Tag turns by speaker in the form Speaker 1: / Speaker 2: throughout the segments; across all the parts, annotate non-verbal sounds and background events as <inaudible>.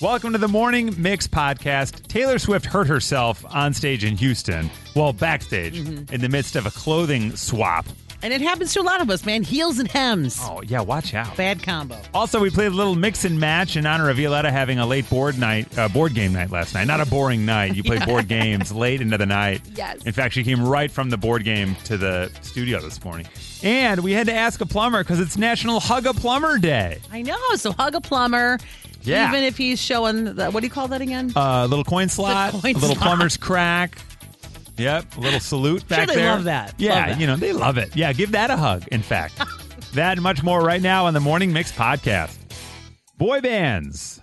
Speaker 1: Welcome to the Morning Mix podcast. Taylor Swift hurt herself on stage in Houston, well, backstage, in the midst of a clothing swap.
Speaker 2: And it happens to a lot of us, man. Heels and hems.
Speaker 1: Oh, yeah, watch out.
Speaker 2: Bad combo.
Speaker 1: Also, we played a little mix and match in honor of Violetta having a late board night, uh, board game night last night. Not a boring night. You play board games late into the night.
Speaker 3: Yes.
Speaker 1: In fact, she came right from the board game to the studio this morning. And we had to ask a plumber because it's National Hug a Plumber Day.
Speaker 2: I know. So hug a plumber.
Speaker 1: Yeah. Oh.
Speaker 2: Even if he's showing, the, what do you call that again?
Speaker 1: Uh, A little coin slot,
Speaker 2: coin
Speaker 1: a little
Speaker 2: slot.
Speaker 1: plumber's crack. Yep, a little salute back
Speaker 2: they
Speaker 1: there.
Speaker 2: love that.
Speaker 1: Yeah,
Speaker 2: Love that.
Speaker 1: you know they love it. Yeah, give that a hug.
Speaker 2: <laughs>
Speaker 1: In fact, that and much more right now on the Morning Mix podcast. Boy bands.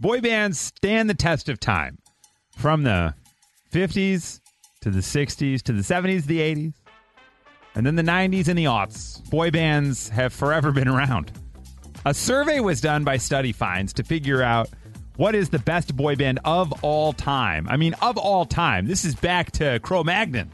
Speaker 1: boy bands stand the test of time from the 50s to the 60s to the 70s the 80s and then the 90s and the aughts boy bands have forever been around a survey was done by study finds to figure out what is the best boy band of all time i mean of all time this is back to cro-magnon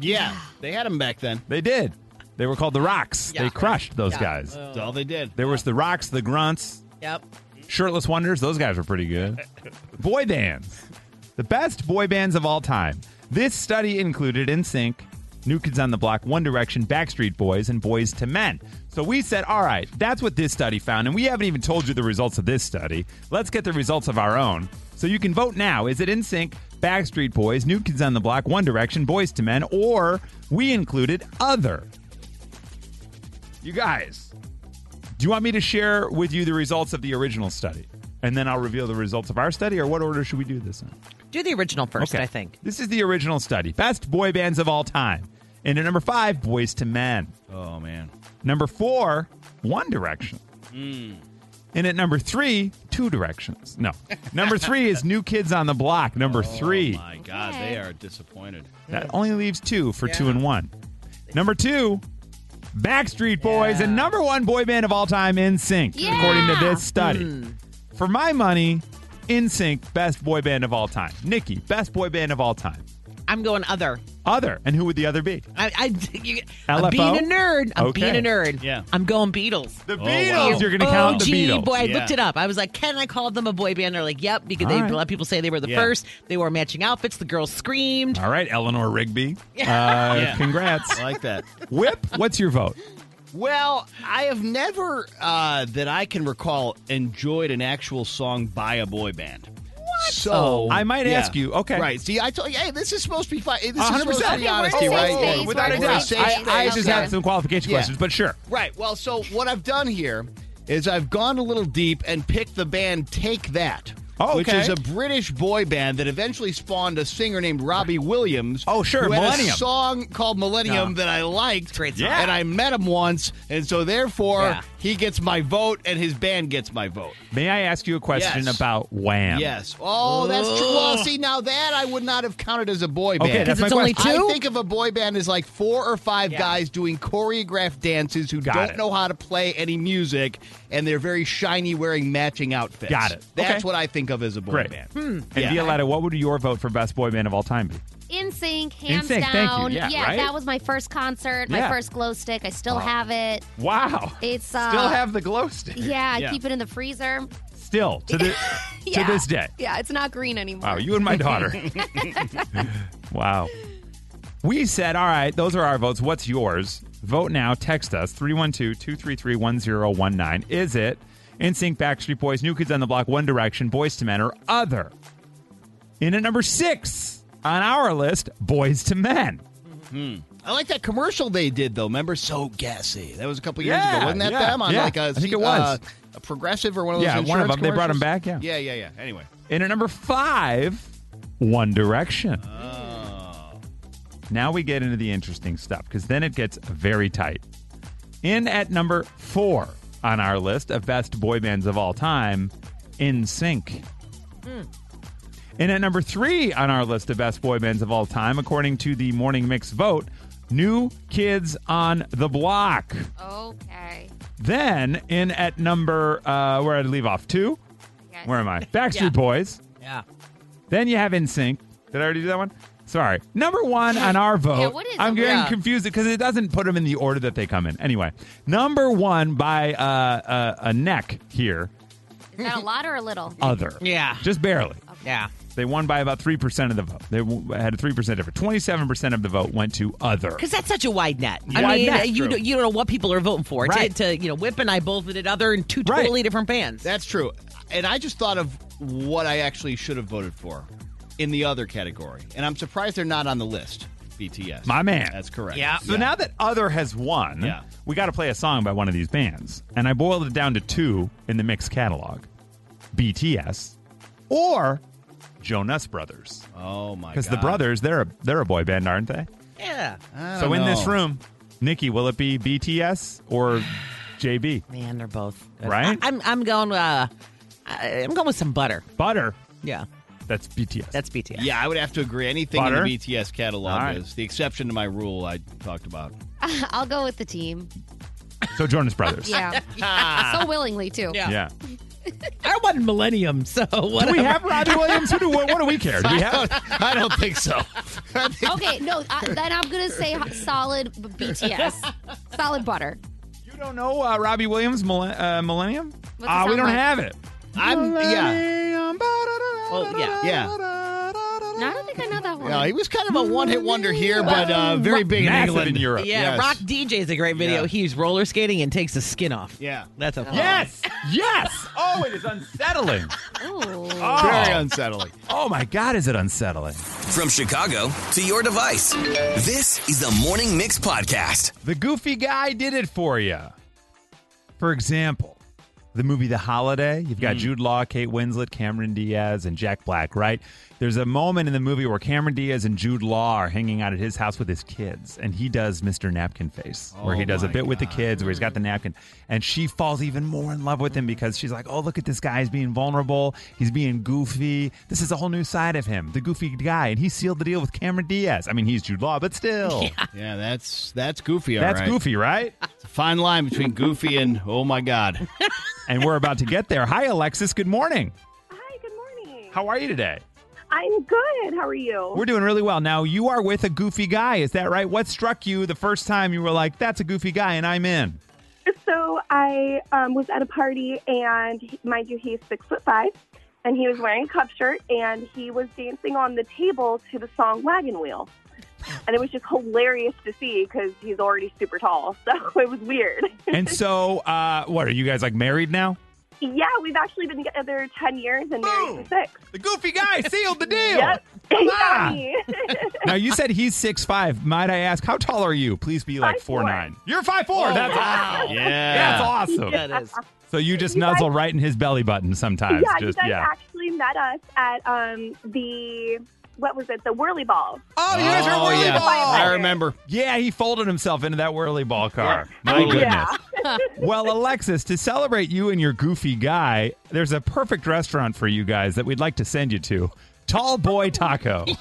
Speaker 4: Yeah, they had them back then.
Speaker 1: they did they were called the rocks
Speaker 2: Yeah.
Speaker 1: they crushed those
Speaker 2: Yeah.
Speaker 1: guys
Speaker 4: That's all they did.
Speaker 1: there was the rocks the grunts
Speaker 2: Yep.
Speaker 1: Shirtless Wonders, those guys were pretty good. boy bands. The best boy bands of all time. This study included NSYNC, New Kids on the Block, One Direction, Backstreet Boys, and Boys to Men. So we said, all right, that's what this study found, and we haven't even told you the results of this study. Let's get the results of our own. So you can vote now. Is it NSYNC, Backstreet Boys, New Kids on the Block, One Direction, Boys to Men, or we included other? You guys, do you want me to share with you the results of the original study? And then I'll reveal the results of our study, or what order should we do this in?
Speaker 2: Do the original first, I think.
Speaker 1: This is the original study. Best boy bands of all time. And at number five, Boys to Men.
Speaker 4: Oh man,
Speaker 1: Number four, One Direction. And at number three, Two Directions. No. Number three is New Kids on the Block. Number three.
Speaker 4: my God, they are disappointed.
Speaker 3: Mm.
Speaker 1: That only leaves two for two and one. Number two, Backstreet Boys, and number one boy band of all time, In Sync,
Speaker 3: Yeah. Mm.
Speaker 1: according to this study. For my money, In Sync, best boy band of all time. Nikki, best boy band of all time.
Speaker 2: I'm going other.
Speaker 1: Other, and who would the other be?
Speaker 2: I, I, you, I'm
Speaker 1: LFO?
Speaker 2: being a nerd. I'm
Speaker 1: Okay.
Speaker 2: being a nerd.
Speaker 4: Yeah.
Speaker 2: I'm going Beatles.
Speaker 1: The
Speaker 4: Oh,
Speaker 1: Beatles.
Speaker 4: wow.
Speaker 1: You're going to count
Speaker 2: OG
Speaker 1: the Beatles.
Speaker 2: boy. I
Speaker 4: Yeah.
Speaker 2: looked it up. I was like, can I call them a boy band? They're like, yep, because
Speaker 1: All
Speaker 2: they,
Speaker 1: right.
Speaker 2: a lot of people say they were the
Speaker 4: Yeah.
Speaker 2: first. They wore matching outfits. The girls screamed.
Speaker 1: All right,
Speaker 3: <laughs>
Speaker 1: Eleanor Rigby. Uh,
Speaker 4: Yeah.
Speaker 1: Congrats.
Speaker 4: I like that.
Speaker 1: Whip, what's your vote?
Speaker 4: Well, I have never, uh, that I can recall, enjoyed an actual song by a boy band. What? So
Speaker 1: I might ask you, okay.
Speaker 4: Right. See, I told you. Hey, this is supposed to be fun. This is supposed
Speaker 1: 100%.
Speaker 4: to be
Speaker 3: Okay, we're
Speaker 4: honesty,
Speaker 3: safe
Speaker 4: right?
Speaker 3: space, we're
Speaker 1: Without a
Speaker 3: safe
Speaker 1: doubt.
Speaker 3: space,
Speaker 1: I, I
Speaker 3: okay.
Speaker 1: just had some qualification
Speaker 4: Yeah.
Speaker 1: questions, but sure.
Speaker 4: Right. Well, so what I've done here is I've gone a little deep and picked the band Take That.
Speaker 1: Oh,
Speaker 4: Which
Speaker 1: okay.
Speaker 4: is a British boy band that eventually spawned a singer named Robbie Williams.
Speaker 1: Oh, sure,
Speaker 4: who had a
Speaker 1: Millennium.
Speaker 4: song called Millennium that I liked.
Speaker 2: Great song.
Speaker 1: Yeah.
Speaker 4: And I met him once, and so therefore
Speaker 2: Yeah.
Speaker 4: he gets my vote, and his band gets my vote.
Speaker 1: May I ask you a question
Speaker 4: Yes.
Speaker 1: about Wham?
Speaker 4: Yes. Oh, that's true. Well, see, now that I would not have counted as a boy band.
Speaker 1: Okay,
Speaker 2: 'Cause
Speaker 1: that's my
Speaker 2: it's only
Speaker 1: question.
Speaker 2: two?
Speaker 4: I think of a boy band as like four or five guys doing choreographed dances who
Speaker 1: Got
Speaker 4: don't
Speaker 1: it.
Speaker 4: know how to play any music, and they're very shiny, wearing matching outfits.
Speaker 1: Got it.
Speaker 4: That's
Speaker 1: Okay.
Speaker 4: what I think of as a boy
Speaker 1: Great.
Speaker 3: Hmm.
Speaker 4: band. Hmm.
Speaker 1: And
Speaker 4: Yeah.
Speaker 1: Violetta, what would your vote for best boy band of all time be?
Speaker 3: In sync, hands
Speaker 1: NSYNC, thank you.
Speaker 3: down.
Speaker 1: Yeah, right?
Speaker 3: that was my first concert,
Speaker 1: Yeah. Oh.
Speaker 3: my first glow stick. I still have it.
Speaker 1: Wow.
Speaker 3: It's, uh,
Speaker 1: still have the glow stick.
Speaker 3: Yeah, I
Speaker 4: Yeah.
Speaker 3: keep it in the freezer.
Speaker 1: Still
Speaker 3: <laughs>
Speaker 1: to the,
Speaker 3: Yeah.
Speaker 1: to this day.
Speaker 3: Yeah, it's not green anymore.
Speaker 1: Wow, you and
Speaker 3: <laughs>
Speaker 1: my daughter. wow. We said, all right, those are our votes. What's yours? Vote now. Text us 312 233 1019. Is it NSYNC, Backstreet Boys, New Kids on the Block, One Direction, Boys to Men, or other. In at number six on our list, Boys to Men.
Speaker 4: I like that commercial they did though. Remember, so gassy. That was a couple years
Speaker 1: Yeah,
Speaker 4: ago, wasn't that
Speaker 1: yeah,
Speaker 4: them on
Speaker 1: yeah.
Speaker 4: like a
Speaker 1: I think it
Speaker 4: uh,
Speaker 1: was.
Speaker 4: a progressive or one of those.
Speaker 1: Yeah, one of
Speaker 4: insurance
Speaker 1: them. They brought 'em
Speaker 4: commercials?
Speaker 1: back,
Speaker 4: yeah,
Speaker 1: yeah.
Speaker 4: yeah, yeah. Anyway,
Speaker 1: In at number five, One Direction. Now we get into the interesting stuff because then it gets very tight. In at number four on our list of best boy bands of all time, In Sync. In at number three on our list of best boy bands of all time, according to the Morning Mix vote, New Kids on the Block.
Speaker 3: Okay.
Speaker 1: Then in at number, uh, where did I leave off? Two?
Speaker 3: Yes.
Speaker 1: Where
Speaker 2: <laughs>
Speaker 1: am I? Backstreet
Speaker 2: Yeah.
Speaker 1: Boys.
Speaker 2: Yeah.
Speaker 1: Then you have NSYNC. Did I already do that one? Sorry. Number one on our vote.
Speaker 3: what is
Speaker 1: I'm
Speaker 3: number-
Speaker 1: getting
Speaker 2: Yeah.
Speaker 1: confused because it doesn't put them in the order that they come in. Anyway, number one by uh, uh, a neck here,
Speaker 3: Is that a lot or a little?
Speaker 1: other.
Speaker 2: Yeah.
Speaker 1: Just barely.
Speaker 2: Yeah.
Speaker 1: They won by about 3% of the vote. They w- had a 3% difference. 27% of the vote went to other.
Speaker 2: Because that's such a wide net.
Speaker 1: Wide
Speaker 2: I mean,
Speaker 1: net.
Speaker 2: uh, you
Speaker 1: True.
Speaker 2: don't, you don't know what people are voting for.
Speaker 1: Right.
Speaker 2: To, to you know, Whip and I both did other and two
Speaker 1: Right.
Speaker 2: totally different bands.
Speaker 4: that's true. And I just thought of what I actually should have voted for in the other category, and I'm surprised they're not on the list. BTS,
Speaker 1: My man.
Speaker 4: That's correct.
Speaker 2: Yeah.
Speaker 1: So now that other has won,
Speaker 4: Yeah.
Speaker 1: we got to play a song by one of these bands. And I boiled it down to two in the mixed catalog BTS or Jonas Brothers.
Speaker 4: Oh my.
Speaker 1: Because the
Speaker 4: God.
Speaker 1: brothers, they're a, they're a boy band, aren't they?
Speaker 2: yeah. Uh,
Speaker 4: I
Speaker 1: So
Speaker 4: don't
Speaker 1: in this
Speaker 4: know.
Speaker 1: room, Nikki, will it be BTS or JB?
Speaker 2: Man, they're both
Speaker 1: Right?
Speaker 2: I, am I'm going. Uh, I, I'm going with some butter.
Speaker 1: Butter,
Speaker 2: Yeah,
Speaker 1: that's BTS.
Speaker 2: that's BTS.
Speaker 4: Yeah, I would have to agree. Anything
Speaker 1: Butter?
Speaker 4: in the BTS catalog
Speaker 1: All right.
Speaker 4: is the exception to my rule I talked about.
Speaker 3: <laughs> I'll go with the team.
Speaker 1: so Jonas Brothers.
Speaker 3: <laughs> Yeah. so willingly too.
Speaker 2: Yeah.
Speaker 1: Yeah.
Speaker 2: I won Millennium, so <laughs> what?
Speaker 1: Do we have Robbie Williams? Who do, what, what do we care? Do we have?
Speaker 4: <laughs> I don't think so. I think-
Speaker 3: Okay, no, I, then I'm gonna say h- solid b- BTS, solid butter.
Speaker 1: You don't know uh, Robbie Williams' millen- uh, Millennium?
Speaker 3: What's it
Speaker 1: Ah, we
Speaker 3: sound
Speaker 1: don't
Speaker 3: like?
Speaker 1: have it.
Speaker 4: I'm yeah.
Speaker 1: Oh,
Speaker 2: yeah.
Speaker 3: No, I don't think I know that one.
Speaker 4: No, he was kind of a one-hit wonder here, but <laughs> uh, very big in
Speaker 1: Massive
Speaker 4: England.
Speaker 1: in Europe.
Speaker 2: Yeah,
Speaker 4: Yes.
Speaker 2: Rock DJ is a great video.
Speaker 4: Yeah.
Speaker 2: He's roller skating and takes the skin off.
Speaker 4: Yeah.
Speaker 2: that's a
Speaker 1: Oh. Yes. Yes. Oh, it is unsettling.
Speaker 3: Ooh.
Speaker 4: Very
Speaker 1: Oh.
Speaker 4: unsettling.
Speaker 1: oh, my God, is it unsettling?
Speaker 5: From Chicago to your device, this is the Morning Mix Podcast.
Speaker 1: The goofy guy did it for you. For example, the movie The Holiday. You've
Speaker 4: Hmm.
Speaker 1: got Jude Law, Kate Winslet, Cameron Diaz, and Jack Black, right? There's a moment in the movie where Cameron Diaz and Jude Law are hanging out at his house with his kids, and he does Mr. Napkin Face, where he
Speaker 4: Oh
Speaker 1: does a
Speaker 4: my
Speaker 1: bit with the kids, where he's got the napkin, and she falls even more in love with him because she's like, "Oh, look at this guy! He's being vulnerable. He's being goofy. This is a whole new side of him, the goofy guy." And he sealed the deal with Cameron Diaz. I mean, he's Jude Law, but still,
Speaker 4: <laughs> Yeah, that's that's goofy. all
Speaker 1: that's
Speaker 4: right.
Speaker 1: goofy, right?
Speaker 4: It's a fine line between goofy and oh my <laughs> god.
Speaker 1: and we're about to get there. Hi, Alexis. Good morning.
Speaker 6: Hi, good morning.
Speaker 1: How are you today?
Speaker 6: I'm good. How are you?
Speaker 1: We're doing really well. Now, you are with a goofy guy. Is that right? What struck you the first time you were like, that's a goofy guy and I'm in?
Speaker 6: so I um, was at a party, and he- mind you, he's six foot five, and he was wearing a cup shirt, and he was dancing on the table to the song Wagon Wheel. And it was just hilarious to see because he's already super tall. <laughs> So it was weird. <laughs>
Speaker 1: And so, uh, what are you guys like married now?
Speaker 6: yeah, we've actually been together 10 years and married for six.
Speaker 1: The goofy guy sealed the deal.
Speaker 6: Yep.
Speaker 1: Oh,
Speaker 6: <laughs>
Speaker 1: Come
Speaker 6: Got
Speaker 1: on.
Speaker 6: me.
Speaker 1: Now, you said he's six five. Might I ask, how tall are you? Please be like
Speaker 6: Five
Speaker 1: four
Speaker 6: four.
Speaker 1: nine. You're five four.
Speaker 2: Oh,
Speaker 1: that's
Speaker 2: wow.
Speaker 6: <laughs>
Speaker 1: That's
Speaker 4: Yeah.
Speaker 1: awesome.
Speaker 2: that is.
Speaker 1: <laughs> So you just
Speaker 6: You guys-
Speaker 1: nuzzle right in his belly button sometimes.
Speaker 6: yeah, you
Speaker 1: just
Speaker 6: guys
Speaker 1: yeah.
Speaker 6: actually met us at um, the, what was it, the Whirly Ball.
Speaker 1: oh, you guys are whirly
Speaker 4: yeah.
Speaker 1: ball.
Speaker 4: I remember. Oh,
Speaker 1: Yeah, he folded himself into that whirly ball car. My
Speaker 4: Totally.
Speaker 1: goodness.
Speaker 6: Yeah.
Speaker 1: Well, Alexis, to celebrate you and your goofy guy, there's a perfect restaurant for you guys that we'd like to send you to. Tall Boy Taco.
Speaker 4: <laughs>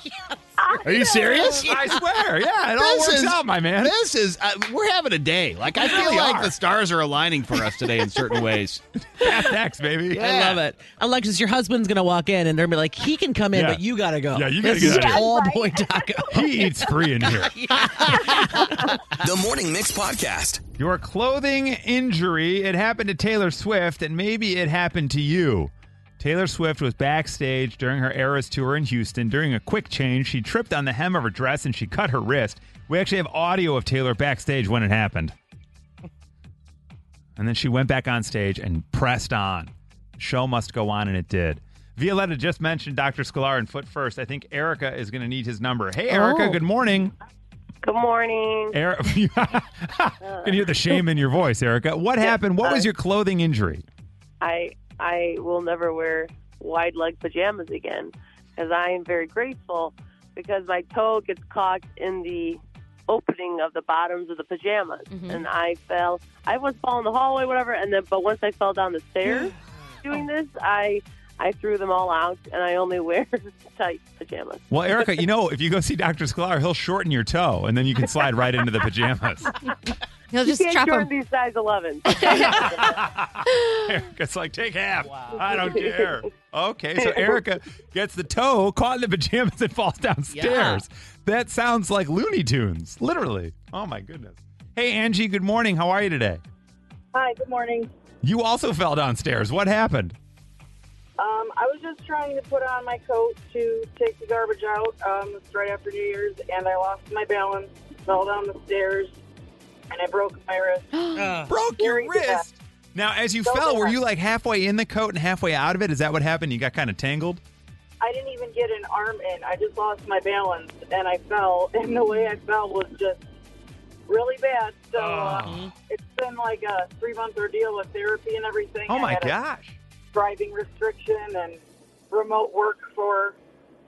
Speaker 4: Are you serious?
Speaker 1: I swear. Yeah, it all
Speaker 4: This
Speaker 1: works
Speaker 4: is-
Speaker 1: out, my man.
Speaker 4: This is uh, we're having a day. Like I feel
Speaker 1: really
Speaker 4: like
Speaker 1: are.
Speaker 4: the stars are aligning for us today in <laughs> certain ways.
Speaker 1: Fast X, baby.
Speaker 2: I
Speaker 4: Yeah.
Speaker 2: love it, Alexis. Your husband's gonna walk in and they're gonna be like, "He can come in,
Speaker 1: Yeah.
Speaker 2: but you gotta go."
Speaker 1: Yeah, you gotta
Speaker 2: this is
Speaker 1: get out of here.
Speaker 2: all boy taco.
Speaker 1: He eats free in here.
Speaker 5: The Morning Mix Podcast.
Speaker 1: Your clothing injury, it happened to Taylor Swift, and maybe it happened to you. Taylor Swift was backstage during her Eras tour in Houston. During a quick change, she tripped on the hem of her dress and she cut her wrist. We actually have audio of Taylor backstage when it happened. And then she went back on stage and pressed on. Show must go on, and it did. Violetta just mentioned Dr. Scalar and Foot First. I think Erica is going to need his number. Hey, Erica,
Speaker 3: Oh.
Speaker 1: good morning.
Speaker 6: Good morning.
Speaker 1: Erica, <laughs> you can hear the shame in your voice, Erica. What happened? What was your clothing injury?
Speaker 6: I I will never wear wide leg pajamas again because I am very grateful because my toe gets caught in the opening of the bottoms of the pajamas and I fell. I was falling the hallway, whatever, and then but once I fell down the stairs doing this, I I threw them all out and I only <laughs> wear tight pajamas.
Speaker 1: Well, Erica, you know, if you go see Dr. Sklar, he'll shorten your toe and then you can slide right into the pajamas.
Speaker 3: He'll just
Speaker 6: Can't
Speaker 3: drop
Speaker 6: join
Speaker 3: him.
Speaker 6: these size 11s.
Speaker 1: Erica's like, take half. I don't care. Okay, so Erica gets the toe caught in the pajamas and falls downstairs. That sounds like Looney Tunes, literally. Oh, my goodness. Hey, Angie, good morning. How are you today?
Speaker 6: Hi, good morning.
Speaker 1: You also fell downstairs. What happened?
Speaker 7: Um, I was just trying to put on my coat to take the garbage out. Um, it's right after New Year's, and I lost my balance, fell down the stairs, and I broke my wrist.
Speaker 1: Broke your
Speaker 7: Very bad.
Speaker 1: wrist. Now, as you fell, were you like halfway in the coat and halfway out of it? Is that what happened? You got kind of tangled?
Speaker 7: I didn't even get an arm in. I just lost my balance, and I fell. <laughs> And the way I fell was just really bad. So
Speaker 1: Oh.
Speaker 7: uh, it's been like a three month ordeal with therapy and everything.
Speaker 1: Oh,
Speaker 7: I
Speaker 1: my
Speaker 7: had a
Speaker 1: gosh.
Speaker 7: driving restriction and remote work for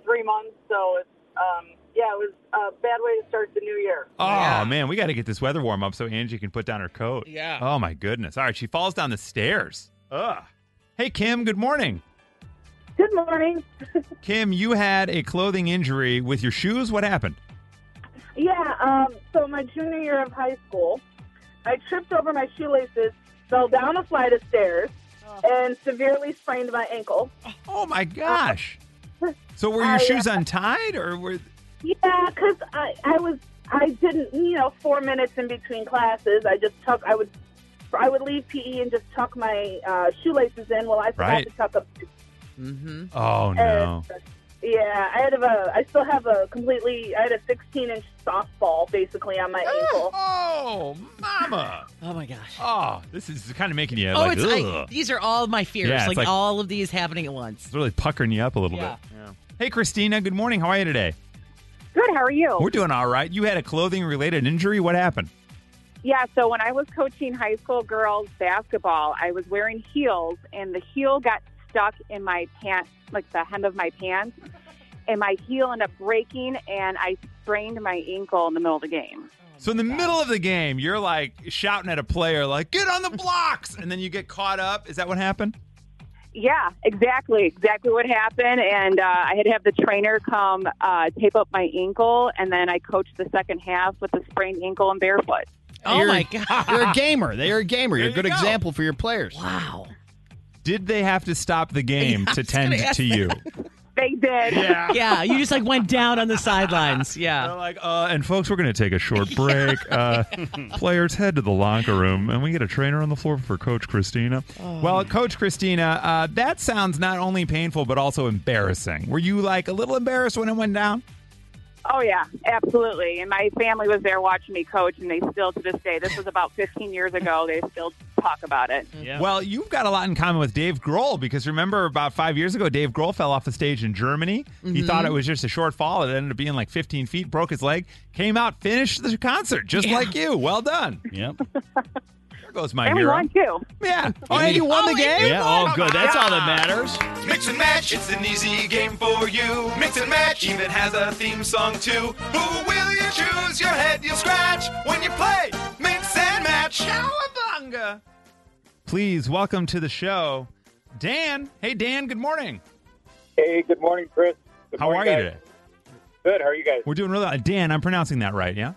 Speaker 7: three months. So it's um, yeah, it was a bad way to start the new year.
Speaker 1: Oh man, we got to get this weather warm up so Angie can put down her coat.
Speaker 2: Yeah.
Speaker 1: Oh my goodness. All right, she falls down the stairs. Ugh. Hey Kim, good morning.
Speaker 7: Good morning.
Speaker 1: Kim, you had a clothing injury with your shoes. What happened?
Speaker 7: Yeah, um, so my junior year of high school, I tripped over my shoelaces, fell down a flight of stairs, and severely sprained my ankle.
Speaker 1: Oh my gosh. So were your
Speaker 7: I,
Speaker 1: shoes untied or were
Speaker 7: Yeah, because I, I was I didn't you know four minutes in between classes. I just tuck I would I would leave PE and just tuck my uh, shoelaces in. Well, I forgot
Speaker 1: Right.
Speaker 7: to tuck up.
Speaker 2: Mm-hmm.
Speaker 1: Oh no.
Speaker 7: And, yeah, I had a I still have a completely I had a 16 inch softball basically on my
Speaker 1: Ah.
Speaker 7: ankle.
Speaker 1: Oh, mama.
Speaker 2: Oh my gosh.
Speaker 1: Oh, this is kind of making you
Speaker 2: Oh,
Speaker 1: like
Speaker 2: it's I,
Speaker 1: ugh.
Speaker 2: these are all my fears.
Speaker 1: Yeah, it's
Speaker 2: like,
Speaker 1: like-
Speaker 2: all of these happening at once.
Speaker 1: It's really puckering you up a little
Speaker 2: Yeah.
Speaker 1: bit. Hey Christina, good morning. How are you today?
Speaker 7: Good, how are
Speaker 2: Oh.
Speaker 7: you?
Speaker 1: We're doing all right. You had a clothing related injury. What happened?
Speaker 7: Yeah, so when I was coaching high school girls basketball, I was wearing heels, and the heel got stuck in my pant, like the hem of my pants, and my heel ended up breaking, and I sprained my ankle in the middle of the game.
Speaker 1: So in the middle of the game, you're like shouting at a player, like "Get on the blocks!" and then you get caught up. Is that what happened?
Speaker 7: Yeah, exactly, exactly what happened, and uh, I had to have the trainer come uh, tape up my ankle, and then I coached the second half with a sprained ankle and barefoot.
Speaker 2: Oh
Speaker 4: You're-
Speaker 2: my god.
Speaker 4: You're a gamer. They are a gamer. You're a
Speaker 1: There you
Speaker 4: good
Speaker 1: go.
Speaker 4: example for your players.
Speaker 2: Wow.
Speaker 1: Did they have to stop the game
Speaker 2: <laughs> Yeah, I
Speaker 1: to
Speaker 2: was gonna
Speaker 1: tend
Speaker 2: ask
Speaker 1: to you?
Speaker 7: They did.
Speaker 1: Yeah.
Speaker 2: Yeah, you just like went down on the sidelines. <laughs>
Speaker 1: They're
Speaker 2: Yeah.
Speaker 1: like, uh, and folks, we're going to take
Speaker 2: <laughs>
Speaker 1: a short break. Uh, players, head to the locker room, and we get a trainer on the floor for Coach Christina.
Speaker 2: Oh.
Speaker 1: Well, Coach Christina, uh, that sounds not only painful but also embarrassing. Were you like a little embarrassed when it went down?
Speaker 7: Oh yeah, absolutely. And my family was there watching me coach, and they still to this day. This was about 15 years ago. They still talk about it.
Speaker 4: Yeah.
Speaker 1: Well, you've got a lot in common with Dave Grohl because remember about five years ago, Dave Grohl fell off the stage in Germany. He thought it was just a short fall. It ended up being like 15 feet, broke his leg, came out, finished the concert just like you. Well done.
Speaker 4: Yep.
Speaker 1: There goes my
Speaker 7: And we
Speaker 1: hero.
Speaker 7: won too.
Speaker 1: Yeah. Oh, and you won the game?
Speaker 4: Yeah, all good. That's all that matters.
Speaker 5: Mix and match, it's an easy game for you. Mix and match even has a theme song too. Who will you choose? Your head you scratch when you play. Mix and match.
Speaker 1: Cowabunga. Please welcome to the show, Dan. Hey, Dan, good morning.
Speaker 7: Hey, good morning, Chris. Good
Speaker 1: How are you today?
Speaker 7: Good. How are you guys?
Speaker 1: We're doing really Dan, I'm pronouncing that right, yeah?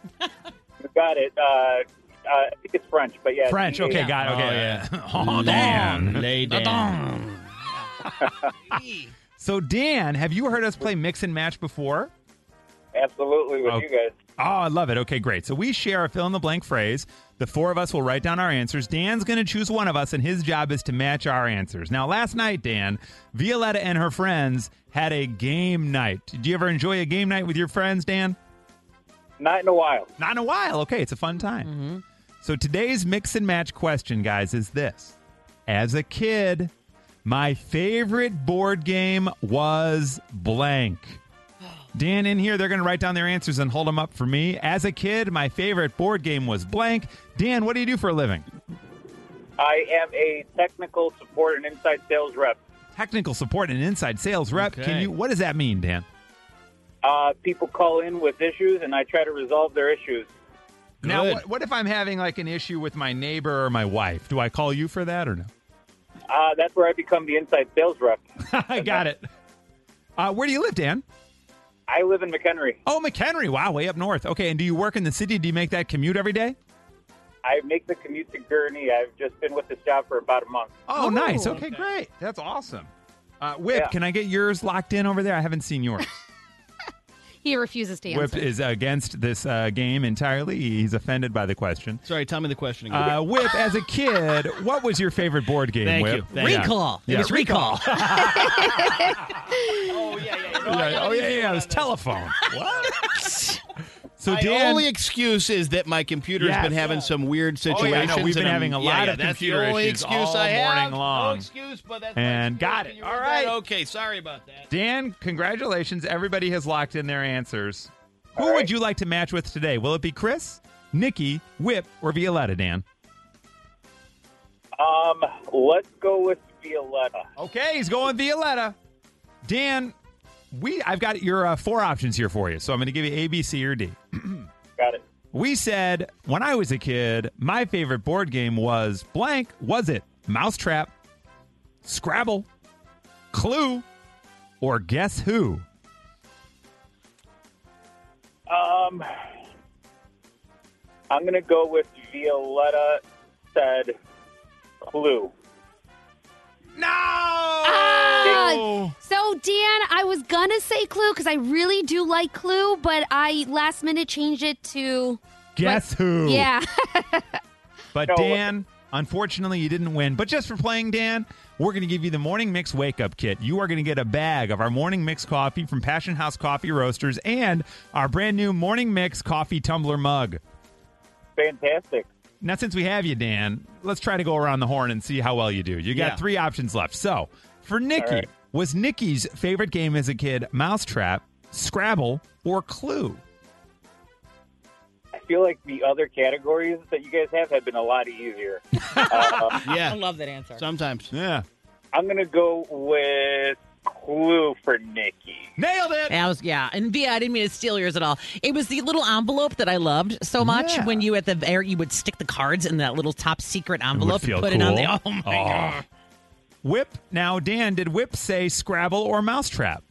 Speaker 7: Got it. Uh, uh, I think it's French, but yeah.
Speaker 1: French. Okay, got it.
Speaker 4: Oh,
Speaker 1: Okay. <laughs> Oh, Dan.
Speaker 4: Lay down.
Speaker 1: So, Dan, have you heard us play mix and match before?
Speaker 7: Absolutely with
Speaker 1: Oh. you
Speaker 7: guys.
Speaker 1: Oh, I love it. Okay, great. So we share a fill in the blank phrase. The four of us will write down our answers. Dan's going to choose one of us, and his job is to match our answers. Now, last night, Dan, Violetta and her friends had a game night. Did you ever enjoy a game night with your friends, Dan?
Speaker 7: Not in a while.
Speaker 1: Not in a while. Okay, it's a fun time. So today's mix and match question, guys, is this. As a kid, my favorite board game was blank. Dan in here, they're going to write down their answers and hold them up for me. As a kid, my favorite board game was blank. Dan, what do you do for a living?
Speaker 8: I am a technical support and inside sales rep.
Speaker 1: Technical support and inside sales rep. Can
Speaker 4: Okay.
Speaker 1: you what does that mean, Dan?
Speaker 8: Uh, people call in with issues, and I try to resolve their issues.
Speaker 1: Now,
Speaker 4: Good.
Speaker 1: what, what if I'm having like an issue with my neighbor or my wife? Do I call you for that or no?
Speaker 8: Uh, that's where I become the inside sales rep.
Speaker 1: <laughs> I got it. Uh, where do you live, Dan?
Speaker 8: I live in McHenry.
Speaker 1: Oh, McHenry. Wow, way up north. Okay, and do you work in the city? Do you make that commute every day?
Speaker 8: I make the commute to Gurney. I've just been with this job for about a month.
Speaker 1: Oh, nice. Okay, great. That's awesome. Uh, Whip,
Speaker 8: Yeah.
Speaker 1: can I get yours locked in over there? I haven't seen yours.
Speaker 3: He refuses to answer.
Speaker 1: Whip is against this uh, game entirely. He's offended by the question.
Speaker 4: Sorry, tell me the question again.
Speaker 1: Uh, Whip, as a kid, what was your favorite board game?
Speaker 4: Thank
Speaker 1: Whip?
Speaker 4: you. Thank you.
Speaker 2: Recall.
Speaker 1: Yeah,
Speaker 2: it was recall. <laughs>
Speaker 8: Oh yeah, yeah.
Speaker 1: Yeah, oh yeah, yeah. It was telephone. what?
Speaker 2: <laughs>
Speaker 1: So
Speaker 4: My
Speaker 1: Dan,
Speaker 4: only excuse is that my computer's
Speaker 1: Yes. Oh,
Speaker 4: been having some weird
Speaker 1: yeah, no,
Speaker 4: situations.
Speaker 1: we've been
Speaker 4: and I'm-
Speaker 1: having a
Speaker 4: yeah,
Speaker 1: lot
Speaker 4: yeah,
Speaker 1: of
Speaker 4: that's
Speaker 1: computer
Speaker 4: the only
Speaker 1: issues
Speaker 4: excuse
Speaker 1: all
Speaker 4: I have.
Speaker 1: morning long.
Speaker 4: No excuse, but that's
Speaker 1: And
Speaker 4: my
Speaker 1: got
Speaker 4: excuse.
Speaker 1: it.
Speaker 4: You
Speaker 1: All
Speaker 4: read
Speaker 1: right.
Speaker 4: that? Okay, sorry about that.
Speaker 1: Dan, congratulations! Everybody has locked in their answers. Who
Speaker 8: All right.
Speaker 1: would you like to match with today? Will it be Chris, Nikki, Whip, or Violetta? Dan.
Speaker 8: Um, let's go with Violetta.
Speaker 1: Okay, he's going Violetta. Dan, we I've got your uh, four options here for you. So I'm going to give you A, B, C, or D.
Speaker 8: Got it.
Speaker 1: We said when I was a kid, my favorite board game was blank. Was it Mousetrap, Scrabble, Clue, or Guess Who?
Speaker 8: Um, I'm gonna go with Violetta said Clue.
Speaker 1: No.
Speaker 3: Ah! So, Dan, I was gonna say Clue because I really do like Clue, but I last minute changed it to
Speaker 1: Guess Who?
Speaker 3: yeah. <laughs>
Speaker 1: But
Speaker 8: No. uh,
Speaker 1: Dan, unfortunately, you didn't win. But just for playing, Dan, we're going to give you the Morning Mix Wake Up Kit. You are going to get a bag of our Morning Mix coffee from Passion House Coffee Roasters and our brand new Morning Mix coffee tumbler mug.
Speaker 8: Fantastic.
Speaker 1: Now, since we have you, Dan, let's try to go around the horn and see how well you do. You got
Speaker 4: Yeah.
Speaker 1: three options left. So, for Nikki,
Speaker 8: All right.
Speaker 1: was Nikki's favorite game as a kid Mousetrap, Scrabble, or Clue?
Speaker 8: I feel like the other categories that you guys have have been a lot easier. uh,
Speaker 2: I
Speaker 4: Yeah,
Speaker 2: love that answer.
Speaker 4: sometimes.
Speaker 1: Yeah.
Speaker 8: I'm gonna go with Clue for Nikki.
Speaker 1: Nailed it.
Speaker 2: Yeah, I was, yeah, and Via, I didn't mean to steal yours at all. It was the little envelope that I loved so much.
Speaker 1: Yeah.
Speaker 2: When you at the air, you would stick the cards in that little top secret envelope
Speaker 1: feel
Speaker 2: and put it on the.
Speaker 1: cool.
Speaker 2: <laughs> Oh my
Speaker 1: Oh.
Speaker 2: god!
Speaker 1: Whip. Now, Dan, did Whip say Scrabble or Mousetrap?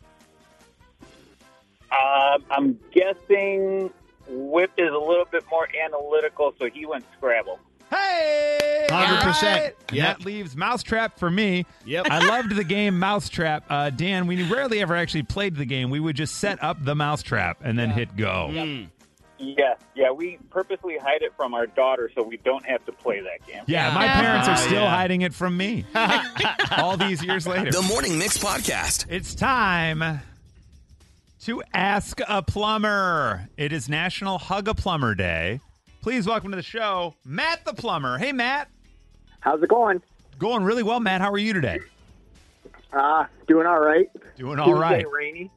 Speaker 8: Um, I'm guessing Whip is a little bit more analytical, so he went Scrabble.
Speaker 1: Hey!
Speaker 4: 100%.
Speaker 1: Right. And
Speaker 4: Yep.
Speaker 1: That leaves Mousetrap for me.
Speaker 4: Yep.
Speaker 1: I loved the game Mousetrap. Uh, Dan, we rarely ever actually played the game. We would just set up the Mousetrap and then hit go.
Speaker 8: Yes, yeah, we purposely hide it from our daughter so we don't have to play that game.
Speaker 1: Yeah, my
Speaker 3: Yeah.
Speaker 1: parents
Speaker 4: <laughs>
Speaker 1: are
Speaker 4: Ah,
Speaker 1: still
Speaker 4: yeah.
Speaker 1: hiding it from
Speaker 4: <laughs>
Speaker 1: me all these years later.
Speaker 5: The Morning Mix Podcast.
Speaker 1: It's time to ask a plumber. It is National Hug a Plumber Day. Please welcome to the show, Matt the Plumber. Hey, Matt.
Speaker 8: How's it going?
Speaker 1: Going really well, Matt. How are you today?
Speaker 8: Uh, doing all right.
Speaker 1: Doing all right.
Speaker 8: Rainy.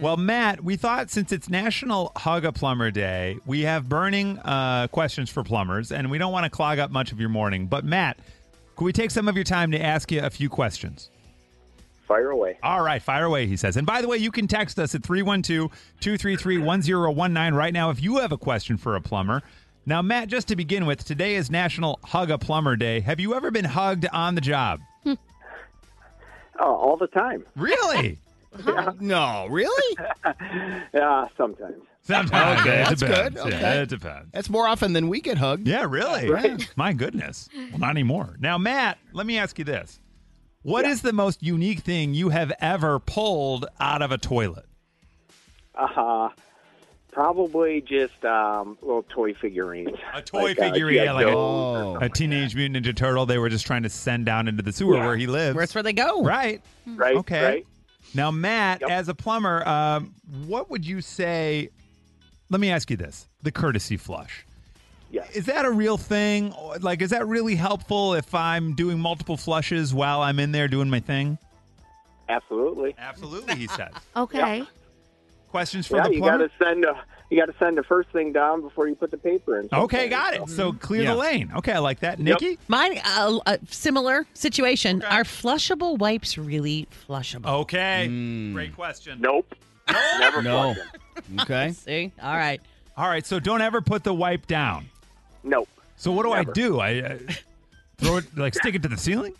Speaker 1: Well, Matt, we thought since it's National Hug a Plumber Day, we have burning uh, questions for plumbers, and we don't want to clog up much of your morning. But, Matt, could we take some of your time to ask you a few questions?
Speaker 8: Fire away.
Speaker 1: All right, fire away, he says. And by the way, you can text us at 312 233 1019 right now if you have a question for a plumber. Now, Matt, just to begin with, today is National Hug a Plumber Day. Have you ever been hugged on the job?
Speaker 8: Oh, all the time.
Speaker 1: <laughs> Really?
Speaker 4: No, really?
Speaker 8: Yeah, sometimes.
Speaker 1: Sometimes.
Speaker 4: Okay,
Speaker 1: it
Speaker 4: that's
Speaker 1: depends.
Speaker 4: good.
Speaker 1: Yeah,
Speaker 4: Okay.
Speaker 1: it depends.
Speaker 4: That's more often than we get hugged.
Speaker 1: Yeah, really. Yeah. My goodness. Well, not anymore. Now, Matt, let me ask you this. What is the most unique thing you have ever pulled out of a toilet?
Speaker 8: Uh, probably just um, little toy figurines.
Speaker 1: A toy
Speaker 8: Like, uh,
Speaker 1: figurine,
Speaker 8: G.I.
Speaker 1: yeah, like a,
Speaker 4: Oh.
Speaker 1: a Teenage Mutant Ninja Turtle they were just trying to send down into the sewer
Speaker 8: Yeah.
Speaker 1: where he lives.
Speaker 2: Where's where they go?
Speaker 1: right.
Speaker 8: Right?
Speaker 1: Okay.
Speaker 8: Right?
Speaker 1: Now, Matt,
Speaker 8: Yep.
Speaker 1: as a plumber, um, what would you say? Let me ask you this the courtesy flush.
Speaker 8: Yes.
Speaker 1: Is that a real thing? Or, Like, is that really helpful if I'm doing multiple flushes while I'm in there doing my thing?
Speaker 8: Absolutely.
Speaker 1: Absolutely, he says.
Speaker 3: <laughs> Okay.
Speaker 1: Questions for
Speaker 8: Yeah,
Speaker 1: the
Speaker 8: you got
Speaker 1: plumber?
Speaker 8: to send a you got to send the first thing down before you put the paper in.
Speaker 1: Okay, got it. So clear
Speaker 4: Yeah.
Speaker 1: the lane. Okay, I like that. Nikki?
Speaker 2: Mine, uh, uh, similar situation. Are flushable wipes really flushable?
Speaker 1: Okay. Great question. <laughs>
Speaker 8: Nope. Never
Speaker 4: No.
Speaker 8: flush 'em.
Speaker 1: Oh.
Speaker 4: Okay.
Speaker 2: See? All right.
Speaker 1: All right, so don't ever put the wipe down.
Speaker 8: Nope.
Speaker 1: So what do
Speaker 8: Never.
Speaker 1: I do? I uh, throw it, like, stick it to the ceiling?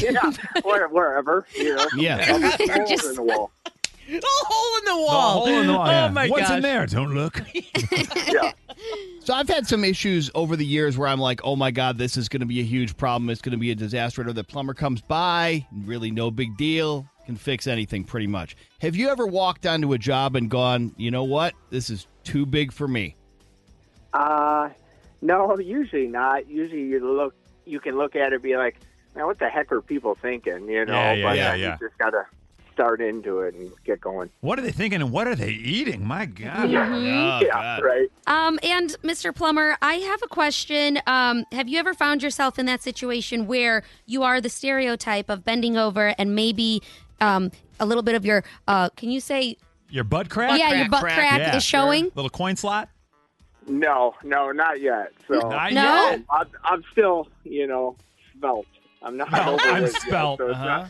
Speaker 8: Yeah, <laughs> where, wherever you know.
Speaker 4: Yeah.
Speaker 8: Holes
Speaker 3: Just-
Speaker 8: in the wall.
Speaker 2: The hole in the
Speaker 1: The
Speaker 2: wall.
Speaker 1: hole in the
Speaker 2: <laughs>
Speaker 1: wall.
Speaker 2: Oh
Speaker 1: yeah.
Speaker 2: my
Speaker 1: What's
Speaker 2: gosh.
Speaker 1: in there? Don't look.
Speaker 8: Yeah.
Speaker 4: So I've had some issues over the years where I'm like, oh my God, this is going to be a huge problem. It's going to be a disaster. Or the plumber comes by, really no big deal, can fix anything pretty much. Have you ever walked onto a job and gone, you know what? This is too big for me?
Speaker 8: Uh, no, usually not. Usually you look, you can look at it and be like, man, what the heck are people thinking? You know,
Speaker 1: Yeah, yeah,
Speaker 8: but
Speaker 1: yeah,
Speaker 8: uh,
Speaker 1: yeah.
Speaker 8: you just gotta start into it and get going.
Speaker 1: What are they thinking and what are they eating? My God.
Speaker 4: Oh,
Speaker 8: yeah,
Speaker 4: God.
Speaker 8: right.
Speaker 3: Um, and Mr. Plummer, I have a question. Um, have you ever found yourself in that situation where you are the stereotype of bending over and maybe um, a little bit of your, uh, can you say,
Speaker 1: Your butt crack?
Speaker 3: yeah, your butt crack,
Speaker 1: Yeah,
Speaker 3: is showing?
Speaker 1: Little coin slot?
Speaker 8: No, no, not yet. So
Speaker 1: <laughs> Not
Speaker 3: No?
Speaker 1: yet.
Speaker 8: I'm, I'm still, you know, spelt. I'm not.
Speaker 1: No,
Speaker 8: overweight
Speaker 1: I'm
Speaker 8: yet,
Speaker 1: spelt,
Speaker 8: so it's
Speaker 4: Uh-huh.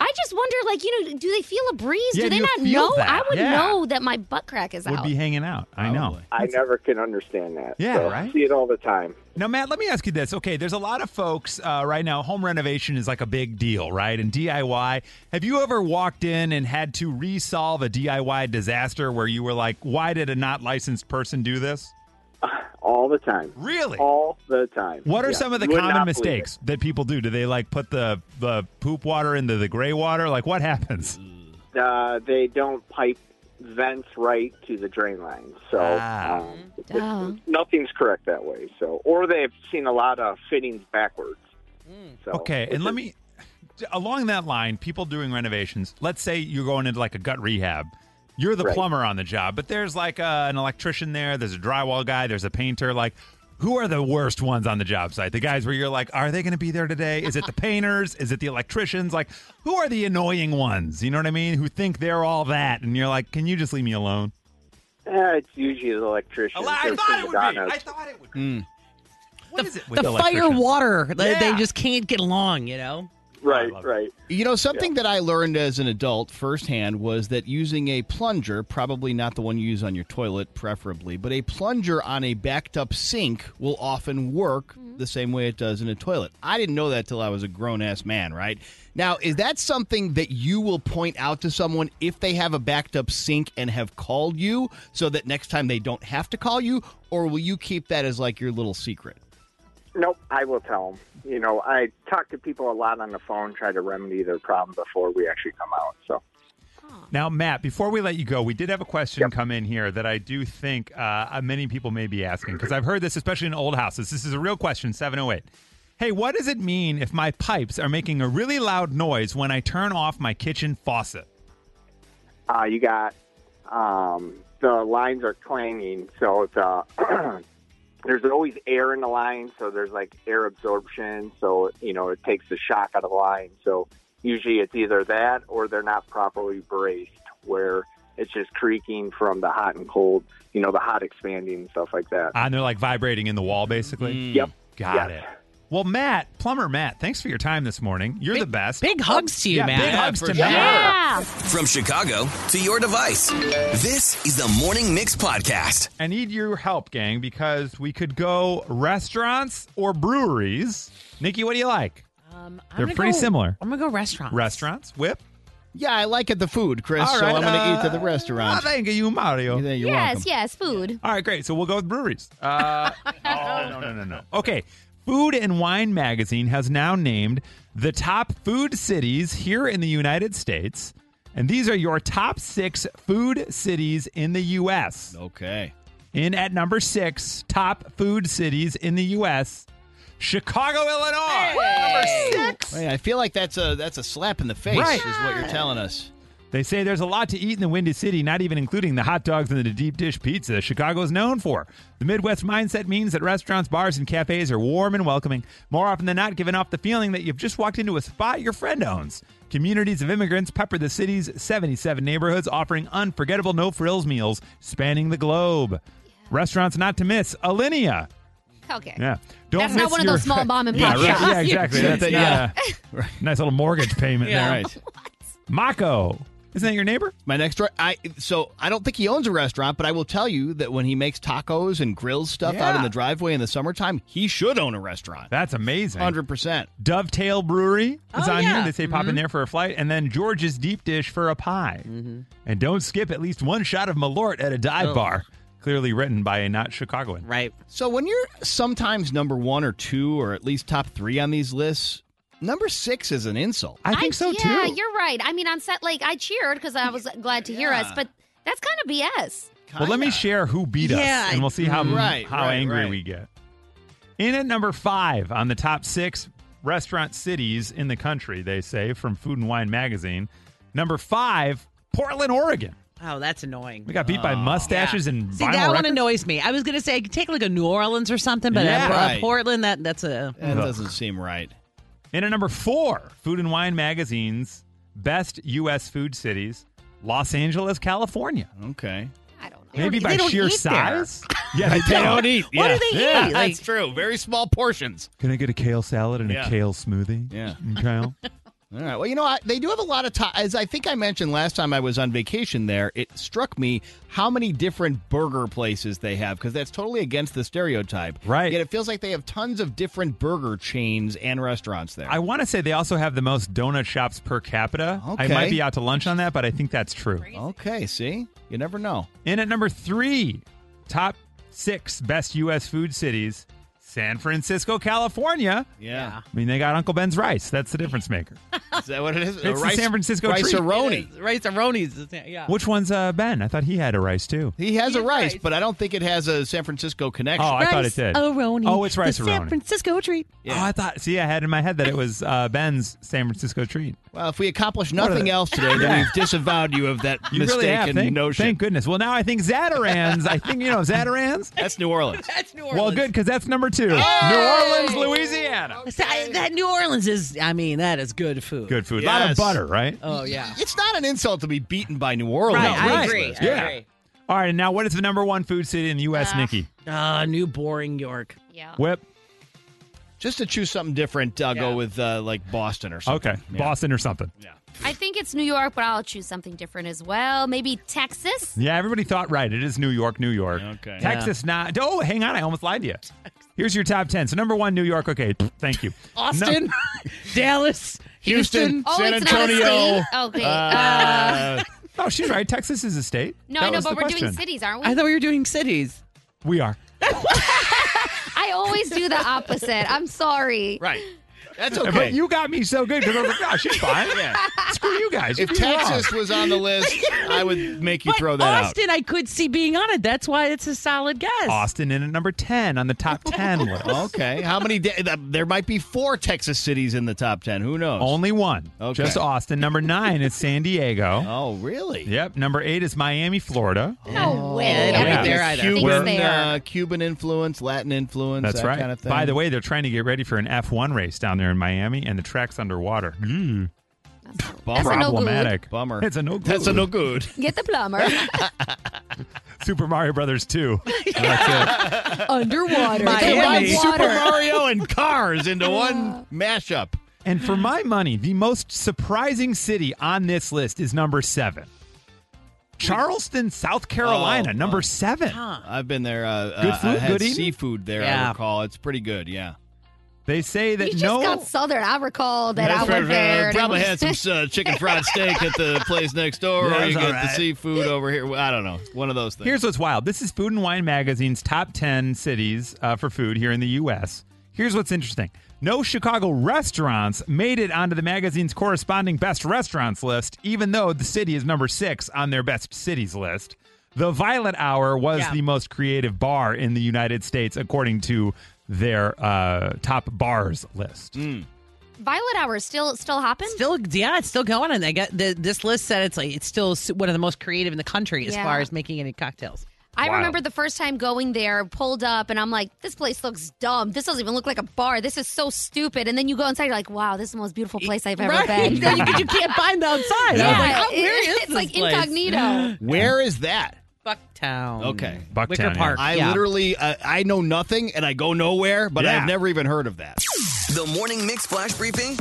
Speaker 3: I just wonder, like, you know, do they feel a breeze?
Speaker 1: Yeah,
Speaker 3: do they
Speaker 1: you
Speaker 3: not
Speaker 1: feel
Speaker 3: know?
Speaker 1: that.
Speaker 3: I would
Speaker 1: Yeah.
Speaker 3: know that my butt crack is
Speaker 1: Would
Speaker 3: out.
Speaker 1: be hanging out. I know.
Speaker 4: Probably.
Speaker 8: I never can understand that.
Speaker 1: Yeah,
Speaker 8: so I
Speaker 1: right?
Speaker 8: See it all the time.
Speaker 1: Now, Matt, let me ask you this. Okay, there's a lot of folks uh, right now, home renovation is like a big deal, right? And DIY. Have you ever walked in and had to resolve a DIY disaster where you were like, why did a not licensed person do this?
Speaker 8: All the time.
Speaker 1: Really?
Speaker 8: All the time.
Speaker 1: What are
Speaker 8: Oh, Yeah.
Speaker 1: some of the
Speaker 8: Would
Speaker 1: common
Speaker 8: not believe it.
Speaker 1: mistakes that people do? Do they like put the, the poop water into the gray water? Like, what happens?
Speaker 8: uh, they don't pipe vents right to the drain line. So
Speaker 1: Ah.
Speaker 8: um,
Speaker 3: Duh.
Speaker 8: nothing's correct that way. So, or they've seen a lot of fittings backwards. So,
Speaker 1: Okay,
Speaker 8: which
Speaker 1: and let
Speaker 8: is-
Speaker 1: me <laughs> along that line, people doing renovations. Let's say you're going into like a gut rehab. You're the
Speaker 8: Right.
Speaker 1: plumber on the job, but there's like uh an electrician there, there's a drywall guy, there's a painter. Like, who are the worst ones on the job site? The guys where you're like, are they going to be there today? Is
Speaker 8: <laughs>
Speaker 1: it the painters? Is it the electricians? Like, who are the annoying ones? You know what I mean? Who think they're all that, and you're like, can you just leave me alone?
Speaker 8: Eh, it's usually the electrician. They're Madonnas.
Speaker 1: thought it would.
Speaker 4: Mm.
Speaker 1: What is it? With
Speaker 2: The fire
Speaker 1: electricians?
Speaker 2: water. They- They
Speaker 1: Yeah.
Speaker 2: just can't get along, you know?
Speaker 1: I love
Speaker 8: right,
Speaker 1: it.
Speaker 8: right.
Speaker 4: You know, something that I learned as an adult firsthand was that using a plunger, probably not the one you use on your toilet, preferably, but a plunger on a backed up sink will often work the same way it does in a toilet. I didn't know that till I was a grown ass man, right? Now, is that something that you will point out to someone if they have a backed up sink and have called you so that next time they don't have to call you? Or will you keep that as like your little secret?
Speaker 8: Nope, I will tell them. You know, I talk to people a lot on the phone, try to remedy their problem before we actually come out. So,
Speaker 1: Now, Matt, before we let you go, we did have a question come in here that I do think uh, many people may be asking because I've heard this, especially in old houses. This is a real question, 708. Hey, what does it mean if my pipes are making a really loud noise when I turn off my kitchen faucet?
Speaker 8: uh, you got um, the lines are clanging, so it's uh, <clears throat> there's always air in the line, so there's like air absorption, so you know it takes the shock out of the line. So usually it's either that or they're not properly braced, where it's just creaking from the hot and cold, you know, the hot expanding and stuff like that.
Speaker 1: Ah, And they're like vibrating in the wall, basically.
Speaker 8: Yep.
Speaker 1: Got
Speaker 8: Yes.
Speaker 1: it. Well, Matt, plumber Matt, thanks for your time this morning. You're the best.
Speaker 2: Big hugs to you,
Speaker 1: Oh, yeah,
Speaker 2: man.
Speaker 1: big hugs to
Speaker 4: for
Speaker 1: Matt.
Speaker 3: Yeah.
Speaker 9: From Chicago to your device, this is the Morning Mix Podcast.
Speaker 1: I need your help, gang, because we could go restaurants or breweries. Nikki, what do you like?
Speaker 2: Um, I'm
Speaker 1: They're
Speaker 2: gonna
Speaker 1: pretty
Speaker 2: go-
Speaker 1: similar.
Speaker 2: I'm going to go restaurant.
Speaker 1: Restaurants? Whip?
Speaker 4: Yeah, I like it the food, Chris,
Speaker 1: All
Speaker 4: so
Speaker 1: right,
Speaker 4: I'm going to
Speaker 1: uh,
Speaker 4: eat to the
Speaker 1: Ah,
Speaker 4: <laughs> restaurant.
Speaker 1: thank you, Mario.
Speaker 4: Yeah, you're
Speaker 3: yes,
Speaker 4: welcome.
Speaker 3: yes, food.
Speaker 1: All right, great. So we'll go with breweries. Uh, <laughs> no, no, no, no, no. Okay. Food and Wine magazine has now named the top food cities here in the United States. And these are your top six food cities in the U.S.
Speaker 4: Okay.
Speaker 1: In at number six, top food cities in the U.S., Chicago, Illinois. Number six.
Speaker 4: Hey, I feel like that's a that's a slap in the face,
Speaker 1: Right.
Speaker 4: is what you're telling us.
Speaker 1: They say there's a lot to eat in the Windy City, not even including the hot dogs and the deep dish pizza Chicago is known for. The Midwest mindset means that restaurants, bars, and cafes are warm and welcoming, more often than not giving off the feeling that you've just walked into a spot your friend owns. Communities of immigrants pepper the city's 77 neighborhoods, offering unforgettable no frills meals spanning the globe. Restaurants not to miss Alinea.
Speaker 3: Okay.
Speaker 1: Yeah. Don't
Speaker 3: That's
Speaker 1: miss
Speaker 3: not one of those
Speaker 1: your- <laughs>
Speaker 3: small mom and
Speaker 1: yeah,
Speaker 3: pop
Speaker 1: right.
Speaker 3: shops.
Speaker 1: Yeah, exactly.
Speaker 4: Yeah.
Speaker 1: That's
Speaker 4: Yeah.
Speaker 1: <laughs> not a nice little mortgage payment
Speaker 4: Yeah.
Speaker 1: there.
Speaker 4: Right.
Speaker 1: Mako. Isn't that your neighbor?
Speaker 4: My next door, I so I don't think he owns a restaurant, but I will tell you that when he makes tacos and grills stuff out in
Speaker 1: Yeah.
Speaker 4: the driveway in the summertime, he should own a restaurant.
Speaker 1: That's amazing.
Speaker 4: Hundred percent.
Speaker 1: Dovetail Brewery is
Speaker 2: Oh,
Speaker 1: on
Speaker 2: yeah.
Speaker 1: here. They say pop
Speaker 3: Mm-hmm.
Speaker 1: in there for a flight. And then George's Deep Dish for a pie. And don't skip at least one shot of Malort at a dive
Speaker 2: Oh.
Speaker 1: bar. Clearly written by a not Chicagoan.
Speaker 2: Right.
Speaker 4: So when you're sometimes number one or two, or at least top three on these lists, number six is an insult.
Speaker 1: I think so
Speaker 3: yeah,
Speaker 1: too.
Speaker 3: you're right. I mean, on set, like I cheered because I was glad to hear us,
Speaker 4: Yeah.
Speaker 3: but that's kind of BS.
Speaker 1: Well, let me
Speaker 4: Kinda.
Speaker 1: share who beat
Speaker 2: Yeah,
Speaker 1: us, and we'll see how
Speaker 4: right,
Speaker 1: how
Speaker 4: right,
Speaker 1: angry
Speaker 4: right.
Speaker 1: we get. In at number five on the top six restaurant cities in the country, they say from Food and Wine magazine. Number five, Portland, Oregon.
Speaker 2: Oh, that's annoying.
Speaker 1: We got beat by mustaches and
Speaker 2: Oh. See,
Speaker 1: vinyl
Speaker 2: that one
Speaker 1: records.
Speaker 2: annoys me. I was going to say, I could take like a New Orleans or something, but
Speaker 1: Yeah.
Speaker 2: uh,
Speaker 4: Right.
Speaker 2: Portland, that that's a.
Speaker 4: That doesn't seem right.
Speaker 1: In at number four, Food and Wine magazine's best U.S. food cities, Los Angeles, California.
Speaker 4: Okay.
Speaker 3: I don't know.
Speaker 1: Maybe
Speaker 2: don't-
Speaker 1: by
Speaker 2: they don't
Speaker 1: sheer
Speaker 2: eat there. <laughs>
Speaker 1: size. Yeah, they don't eat.
Speaker 2: What do they
Speaker 4: Yeah,
Speaker 2: eat? Like-
Speaker 4: <laughs> that's true. Very small portions.
Speaker 1: Can I get a kale salad and
Speaker 4: Yeah.
Speaker 1: a kale smoothie? Mm,
Speaker 4: Yeah.
Speaker 1: Kyle?
Speaker 4: All right. Well, you know, I, they do have a lot of time. As I think I mentioned last time I was on vacation there, it struck me how many different burger places they have because that's totally against the stereotype.
Speaker 1: Right.
Speaker 4: Yet it feels like they have tons of different burger chains and restaurants there.
Speaker 1: I want to say they also have the most donut shops per capita. I
Speaker 4: Okay.
Speaker 1: might be out to lunch on that, but I think that's true.
Speaker 4: okay. See, you never know.
Speaker 1: In at number three, top six best U.S. food cities, San Francisco, California.
Speaker 4: Yeah.
Speaker 1: I mean, they got Uncle Ben's rice. That's the difference maker.
Speaker 2: Oh.
Speaker 4: <laughs> Is that what it is?
Speaker 1: the San Francisco treat.
Speaker 4: rice-a-roni.
Speaker 2: Rice Aroni's. Yeah.
Speaker 1: Which one's uh, Ben? I thought he had a rice too.
Speaker 4: He has
Speaker 2: He
Speaker 4: a
Speaker 2: has
Speaker 4: rice,
Speaker 2: rice.
Speaker 4: but I don't think it has a San Francisco connection.
Speaker 1: Oh, I thought it did.
Speaker 2: Aroni.
Speaker 1: Oh, it's rice
Speaker 2: the San
Speaker 1: aroni.
Speaker 2: Francisco treat.
Speaker 1: Oh, I thought. See, I had in my head that it was uh, Ben's San Francisco treat.
Speaker 4: Well, if we accomplish
Speaker 1: are
Speaker 4: nothing
Speaker 1: they?
Speaker 4: else today,
Speaker 1: <laughs>
Speaker 4: then we've disavowed you of that
Speaker 1: You
Speaker 4: mistaken
Speaker 1: really have. Thank,
Speaker 4: notion.
Speaker 1: thank goodness. Well, now I think Zatarans. I think you know Zatarans.
Speaker 4: That's New Orleans.
Speaker 2: That's New Orleans.
Speaker 1: Well, good because that's number two. New Orleans, Louisiana.
Speaker 2: So, I- uh, that New Orleans is, I mean, that is good food.
Speaker 1: Good food. A lot
Speaker 4: Yes.
Speaker 1: of butter, right?
Speaker 2: Oh, yeah.
Speaker 4: It's not an insult to be beaten by New Orleans.
Speaker 2: Right, I
Speaker 1: Right.
Speaker 2: agree. I
Speaker 1: Yeah.
Speaker 2: agree.
Speaker 1: All right. Now, what is the number one food city in the U.S., Nikki?
Speaker 2: Ah, new boring York.
Speaker 3: Yeah.
Speaker 1: Whip.
Speaker 4: Just to choose something different, uh, go
Speaker 2: Yeah.
Speaker 4: with uh, like Boston or something.
Speaker 1: Okay. Boston or something.
Speaker 3: I think it's New York, but I'll choose something different as well. Maybe Texas.
Speaker 1: Yeah, everybody thought right. It is New York, New York.
Speaker 4: Okay.
Speaker 1: Texas, not. Oh, hang on. I almost lied to you. Here's your top 10. So, number one, New York. Okay. Thank you.
Speaker 2: Austin, <laughs> Dallas, Houston.
Speaker 3: Oh,
Speaker 4: San
Speaker 3: it's
Speaker 4: Antonio,
Speaker 3: not a state. Okay. uh,
Speaker 2: <laughs>
Speaker 4: Uh,
Speaker 1: No, she's right. Texas is a state.
Speaker 3: no,
Speaker 1: That
Speaker 3: I know,
Speaker 1: was
Speaker 3: but
Speaker 1: the
Speaker 3: we're doing
Speaker 1: question.
Speaker 3: cities, aren't we?
Speaker 2: I
Speaker 3: I,
Speaker 2: thought we were doing cities.
Speaker 1: We are.
Speaker 3: always do the opposite. I'm sorry.
Speaker 4: right. That's
Speaker 1: But
Speaker 4: okay.
Speaker 1: you got me so good because I was like, oh, she's fine.
Speaker 4: Yeah.
Speaker 1: Screw you guys.
Speaker 4: if
Speaker 1: You're wrong.
Speaker 4: Texas was on the
Speaker 2: <laughs>
Speaker 4: list, I would make you
Speaker 2: But
Speaker 4: throw that
Speaker 2: Austin, I could see being on it. That's why it's a solid guess.
Speaker 1: Austin in at number 10 on the top 10 list.
Speaker 4: out. Okay. How many? Da- th- there might be four Texas cities in the top ten. Who knows?
Speaker 1: Only one.
Speaker 4: Okay.
Speaker 1: Just Austin. Number nine is San Diego.
Speaker 4: <laughs> oh, really?
Speaker 1: Yep. Number eight is Miami, Florida.
Speaker 4: Oh,
Speaker 3: No way.
Speaker 2: they don't
Speaker 3: I
Speaker 1: Yeah.
Speaker 3: don't
Speaker 1: there
Speaker 3: think
Speaker 2: either.
Speaker 3: it's
Speaker 4: Cuban,
Speaker 3: there.
Speaker 4: uh, Cuban influence, Latin influence,
Speaker 1: That's
Speaker 4: that
Speaker 1: right.
Speaker 4: kind of thing.
Speaker 1: By the way, they're trying to get ready for an F1 race down there in Miami, and the track's underwater. <laughs>
Speaker 3: That's a no good.
Speaker 1: Problematic.
Speaker 4: Bummer.
Speaker 1: It's a no
Speaker 4: That's a
Speaker 1: good.
Speaker 4: no good.
Speaker 3: Get the plumber.
Speaker 1: Super Mario Brothers 2.
Speaker 4: <laughs>
Speaker 1: That's it.
Speaker 3: Underwater.
Speaker 2: Miami.
Speaker 3: They
Speaker 4: Combine
Speaker 3: love
Speaker 4: Super
Speaker 3: water.
Speaker 4: Mario and Cars into
Speaker 2: <laughs>
Speaker 4: one mashup.
Speaker 1: And for my money, the most surprising city on this list is number seven. Charleston, South Carolina,
Speaker 4: Oh,
Speaker 1: number seven.
Speaker 4: I've been there. Uh,
Speaker 1: Good
Speaker 4: uh, I
Speaker 1: food?
Speaker 4: had
Speaker 1: Good eating?
Speaker 4: seafood there. I
Speaker 2: Yeah.
Speaker 4: recall it's pretty good. Yeah,
Speaker 1: They say that
Speaker 3: You just
Speaker 1: no.
Speaker 3: got southern. I recall that I went there. and it
Speaker 4: Probably
Speaker 3: was-
Speaker 4: had some uh, chicken fried steak at the place next door,
Speaker 1: Yeah,
Speaker 4: or you
Speaker 1: it's
Speaker 4: got
Speaker 1: all
Speaker 4: the
Speaker 1: right.
Speaker 4: seafood over here. Well, I don't know. One of those things.
Speaker 1: Here's what's wild. This is Food and Wine Magazine's top 10 cities uh, for food here in the U.S. Here's what's interesting no Chicago restaurants made it onto the magazine's corresponding best restaurants list, even though the city is number six on their best cities list. The Violet Hour was
Speaker 2: Yeah.
Speaker 1: the most creative bar in the
Speaker 3: Mm.
Speaker 1: United States, according to their uh, top bars
Speaker 3: <laughs>
Speaker 1: list.
Speaker 3: Violet Hour is still still hopping.
Speaker 2: Still, yeah, it's still going, and they got the, this list said it's like it's still s- one of the most creative in the country as
Speaker 3: Yeah.
Speaker 2: far as making any cocktails.
Speaker 3: I
Speaker 2: Wow.
Speaker 3: remember the first time going there, pulled up, and I'm like, this place looks dumb. This doesn't even look like a bar. This is so stupid. And then you go inside, you're like, wow, this is the most beautiful place I've ever
Speaker 2: Right. <laughs>
Speaker 3: been.
Speaker 2: No, you- 'cause you can't find the outside. I
Speaker 3: <laughs>
Speaker 2: was
Speaker 3: Yeah,
Speaker 2: like, oh, where
Speaker 3: it-
Speaker 2: is
Speaker 3: it's
Speaker 2: this
Speaker 3: like
Speaker 2: place?
Speaker 3: incognito.
Speaker 4: Where is that?
Speaker 2: <gasps> Bucktown.
Speaker 4: Okay.
Speaker 1: Bucktown,
Speaker 4: Wicker
Speaker 1: yeah.
Speaker 4: Park. I
Speaker 2: yeah.
Speaker 4: literally, uh, I know nothing and I go nowhere, but
Speaker 1: Yeah.
Speaker 4: I've never even heard of that.
Speaker 9: The Morning Mix Flash Briefing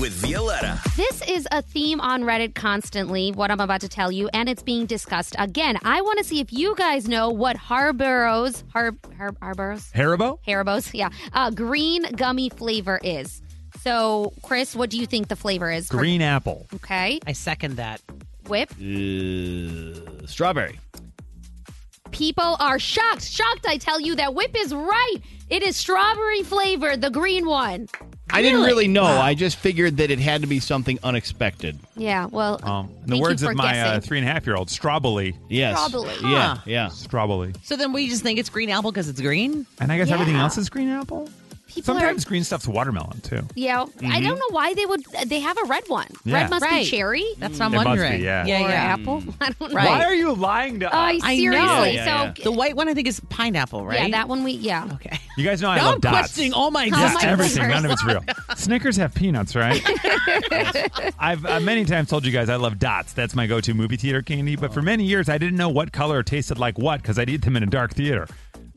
Speaker 9: with Violetta.
Speaker 3: This is a theme on Reddit constantly, what I'm about to tell you, and it's being discussed again. I want to see if you guys know what Harborough's, Har, Har, Harborough's,
Speaker 1: Haribo?
Speaker 3: Haribo's, yeah, uh, green gummy flavor is. So, Chris, what do you think the flavor is? for-
Speaker 1: Green apple.
Speaker 3: Okay.
Speaker 2: I second that.
Speaker 3: Whip.
Speaker 4: Uh, strawberry.
Speaker 3: People are shocked. Shocked, I tell you, that whip is right. It is strawberry flavor, the green one.
Speaker 4: I didn't really know. I just figured that it had to be something unexpected.
Speaker 3: Yeah, well,
Speaker 1: Um, in the
Speaker 3: thank you
Speaker 1: words
Speaker 3: for
Speaker 1: of my uh,
Speaker 3: guessing.
Speaker 1: three and a half year old, strawbully.
Speaker 4: Yes.
Speaker 3: Strawberry.
Speaker 4: Yeah.
Speaker 2: Huh.
Speaker 4: Yeah.
Speaker 1: Strawbully.
Speaker 2: So then we just think it's green apple because it's green.
Speaker 1: And I guess
Speaker 3: Yeah.
Speaker 1: everything else is green apple?
Speaker 3: People are-
Speaker 1: Sometimes green stuff's watermelon, too.
Speaker 3: yeah, I don't know why they would. They have a red one.
Speaker 1: Yeah.
Speaker 3: Red must
Speaker 2: Right.
Speaker 3: be cherry
Speaker 2: That's what I'm
Speaker 1: It must be,
Speaker 2: wondering.
Speaker 1: yeah.
Speaker 2: yeah,
Speaker 3: or
Speaker 2: yeah.
Speaker 3: apple. <laughs> I don't know.
Speaker 2: Right.
Speaker 1: Why are you lying to
Speaker 3: I
Speaker 1: us?
Speaker 2: I
Speaker 3: seriously.
Speaker 2: know.
Speaker 4: Yeah, yeah,
Speaker 3: so
Speaker 2: The white one I think is pineapple, right?
Speaker 3: yeah, that one we yeah.
Speaker 2: Okay.
Speaker 1: You guys know I
Speaker 2: Now
Speaker 1: love
Speaker 2: I'm
Speaker 1: dots.
Speaker 2: questioning all
Speaker 1: <laughs>
Speaker 2: my
Speaker 1: Yeah,
Speaker 2: <laughs>
Speaker 3: my
Speaker 1: everything.
Speaker 3: goodness.
Speaker 1: None of it's real. Snickers have peanuts, right? I've uh, many times told you guys I love dots. That's my go-to movie theater candy. But for many years, I didn't know what color tasted like what because I'd eat them in a dark theater.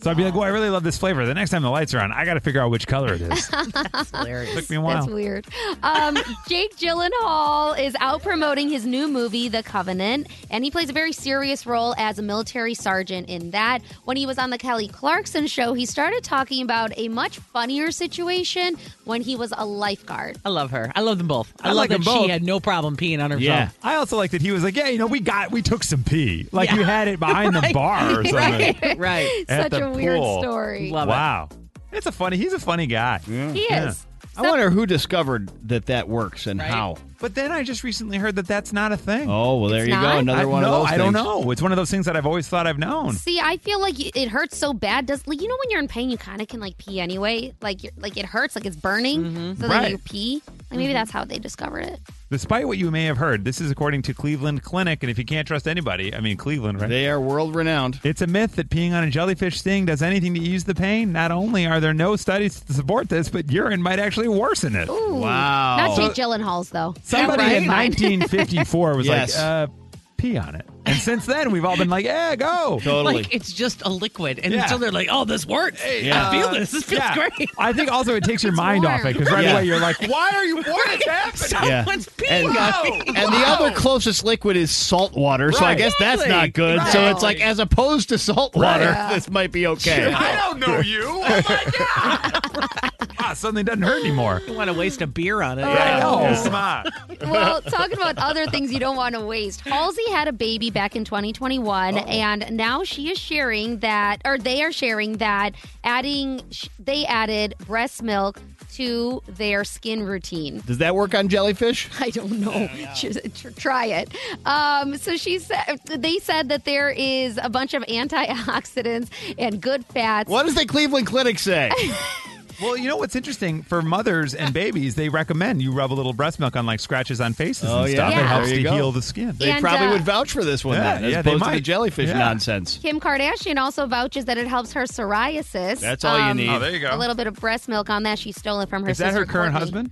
Speaker 1: So I'd be like, "Well, I really love this flavor." The next time the lights are on, I got to figure out which color
Speaker 2: <laughs>
Speaker 1: it is.
Speaker 2: That's hilarious.
Speaker 1: Took me a
Speaker 3: That's
Speaker 1: while.
Speaker 3: weird. Um, <laughs> Jake Gyllenhaal is out promoting his new movie, The Covenant, and he plays a very serious role as a military sergeant in that. When he was on the Kelly Clarkson show, he started talking about a much funnier situation when he was a lifeguard.
Speaker 2: <laughs> I love her. I love them both. I,
Speaker 1: I
Speaker 2: love
Speaker 1: like
Speaker 2: that
Speaker 1: them both.
Speaker 2: she had no problem peeing on herself.
Speaker 4: Yeah.
Speaker 1: I also like that he was like, "Yeah, you know, we got we took some pee. Like
Speaker 2: Yeah.
Speaker 1: you had it behind
Speaker 2: <laughs>
Speaker 1: the
Speaker 2: Right.
Speaker 1: bar or something."
Speaker 2: Right. Right.
Speaker 3: Such
Speaker 1: At
Speaker 3: a
Speaker 1: the
Speaker 3: weird
Speaker 1: pool.
Speaker 3: story.
Speaker 2: Love it.
Speaker 1: Wow, it's a funny. He's a funny guy.
Speaker 3: He is.
Speaker 1: Yeah.
Speaker 4: I wonder who discovered that that works and
Speaker 2: Right.
Speaker 4: how.
Speaker 1: But then I just recently heard that that's not a thing.
Speaker 4: Oh, well, there
Speaker 3: It's
Speaker 4: you
Speaker 3: not?
Speaker 4: go. Another
Speaker 1: I,
Speaker 4: one
Speaker 1: no,
Speaker 4: of those
Speaker 1: I don't
Speaker 4: things.
Speaker 1: know. It's one of those things that I've always thought I've known.
Speaker 3: See, I feel like it hurts so bad. Does like you know when you're in pain, you kind of can like pee anyway. Like you're, like it hurts, like it's burning. So then
Speaker 1: Right.
Speaker 3: you pee. Like maybe that's how they discovered it.
Speaker 1: Despite what you may have heard, this is according to Cleveland Clinic, and if you can't trust anybody, I mean Cleveland, right?
Speaker 4: They are world renowned.
Speaker 1: it's a myth that peeing on a jellyfish sting does anything to ease the pain. Not only are there no studies to support this, but urine might actually worsen it.
Speaker 3: Ooh.
Speaker 4: Wow.
Speaker 3: Not Jake Gyllenhaal's though.
Speaker 1: Somebody
Speaker 4: Right?
Speaker 3: <laughs>
Speaker 1: in 1954 was
Speaker 4: Yes.
Speaker 1: like, uh, pee on it. And since then, we've all been like, yeah, go.
Speaker 4: <laughs> Totally.
Speaker 2: Like <laughs> it's just a liquid, and
Speaker 1: Yeah. uh,
Speaker 2: until they're like, "Oh, this works!
Speaker 4: Yeah.
Speaker 2: I feel this. This feels
Speaker 1: Yeah.
Speaker 2: great." <laughs>
Speaker 1: I think also it takes your mind off it because right
Speaker 4: Yeah.
Speaker 1: away you're like, why are you, what is happening?
Speaker 4: Yeah.
Speaker 2: Someone's
Speaker 4: And, uh,
Speaker 2: peeing on me.
Speaker 4: and the other closest liquid is salt water, so I
Speaker 1: Right.
Speaker 4: guess that's
Speaker 2: Exactly.
Speaker 4: not good. So it's like, as opposed to salt water, <laughs> this might be okay.
Speaker 1: I don't know you. Oh my god! ah, suddenly it doesn't hurt anymore. Oh,
Speaker 2: I want to waste a beer on it.
Speaker 1: I know. Come on.
Speaker 3: well, talking about other things you don't want to waste. Halsey had a baby back in 2021, and now she is sharing that, or they are sharing that, adding sh- they added breast milk to their skin routine.
Speaker 4: <laughs>
Speaker 3: <laughs>
Speaker 4: Does that work on jellyfish?
Speaker 3: I don't know.
Speaker 4: Oh,
Speaker 3: Just tr- Try it. Um, so she said they said that there is a bunch of antioxidants and good fats.
Speaker 4: What does the Cleveland Clinic say?
Speaker 1: Well, you know what's interesting for mothers and babies, they recommend you rub a little breast milk on like scratches on faces
Speaker 4: Oh,
Speaker 1: and
Speaker 4: yeah.
Speaker 1: stuff.
Speaker 3: Yeah.
Speaker 1: It helps
Speaker 4: There
Speaker 1: to
Speaker 4: you go.
Speaker 1: heal the skin.
Speaker 4: They
Speaker 3: And,
Speaker 4: probably
Speaker 3: uh,
Speaker 4: would vouch for this one,
Speaker 1: Yeah,
Speaker 4: then, as
Speaker 1: yeah, they
Speaker 4: opposed to the
Speaker 1: might.
Speaker 4: jellyfish
Speaker 1: Yeah.
Speaker 4: nonsense.
Speaker 3: Kim Kardashian also vouches that it helps her psoriasis. Um,
Speaker 4: That's all you need. Oh,
Speaker 1: there you go.
Speaker 3: A little bit of breast milk on that. She stole it from her.
Speaker 1: Is that
Speaker 3: sister,
Speaker 1: her current
Speaker 3: Kourtney.
Speaker 1: husband?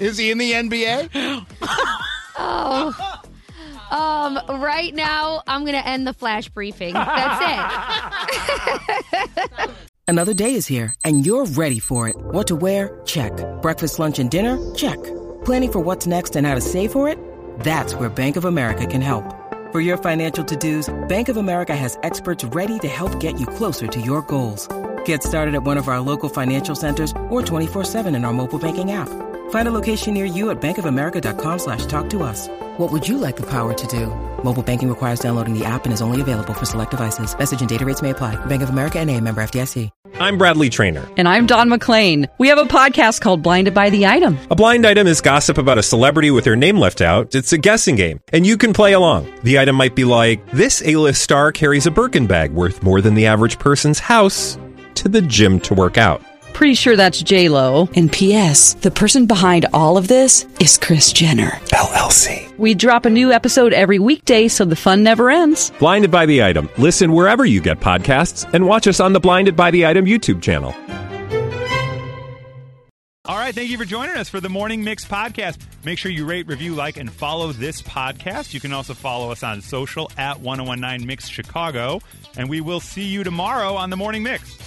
Speaker 4: Is he in the NBA?
Speaker 3: Um, right now, I'm gonna end the flash briefing.
Speaker 1: <laughs>
Speaker 3: That's it.
Speaker 10: Another day is here, and you're ready for it. What to wear? Check. Breakfast, lunch, and dinner? Check. Planning for what's next and how to save for it? That's where Bank of America can help. For your financial to-dos, Bank of America has experts ready to help get you closer to your goals. Get started at one of our local financial centers or 24-7 in our mobile banking app. Find a location near you at bankofamerica.com slash talk to us. What would you like the power to do? Mobile banking requires downloading the app and is only available for select devices. Message and data rates may apply. Bank of America and a member FDIC.
Speaker 11: I'm Bradley Trainer.
Speaker 10: And I'm Don McClain. We have a podcast called Blinded by the Item.
Speaker 11: A blind item is gossip about a celebrity with their name left out. It's a guessing game, and you can play along. The item might be like this: A-list star carries a Birkin bag worth more than the average person's house to the gym to work out.
Speaker 2: Pretty sure that's J Lo.
Speaker 12: And P.S. The person behind all of this is Chris Jenner
Speaker 2: LLC. We drop a new episode every weekday, so the fun never ends.
Speaker 11: Blinded by the Item. Listen wherever you get podcasts and watch us on the Blinded by the Item YouTube channel.
Speaker 1: All right, thank you for joining us for the Morning Mix podcast. Make sure you rate, review, like, and follow this podcast. You can also follow us on oh social at 1019 Mix Chicago, and we will see you tomorrow on the Morning Mix.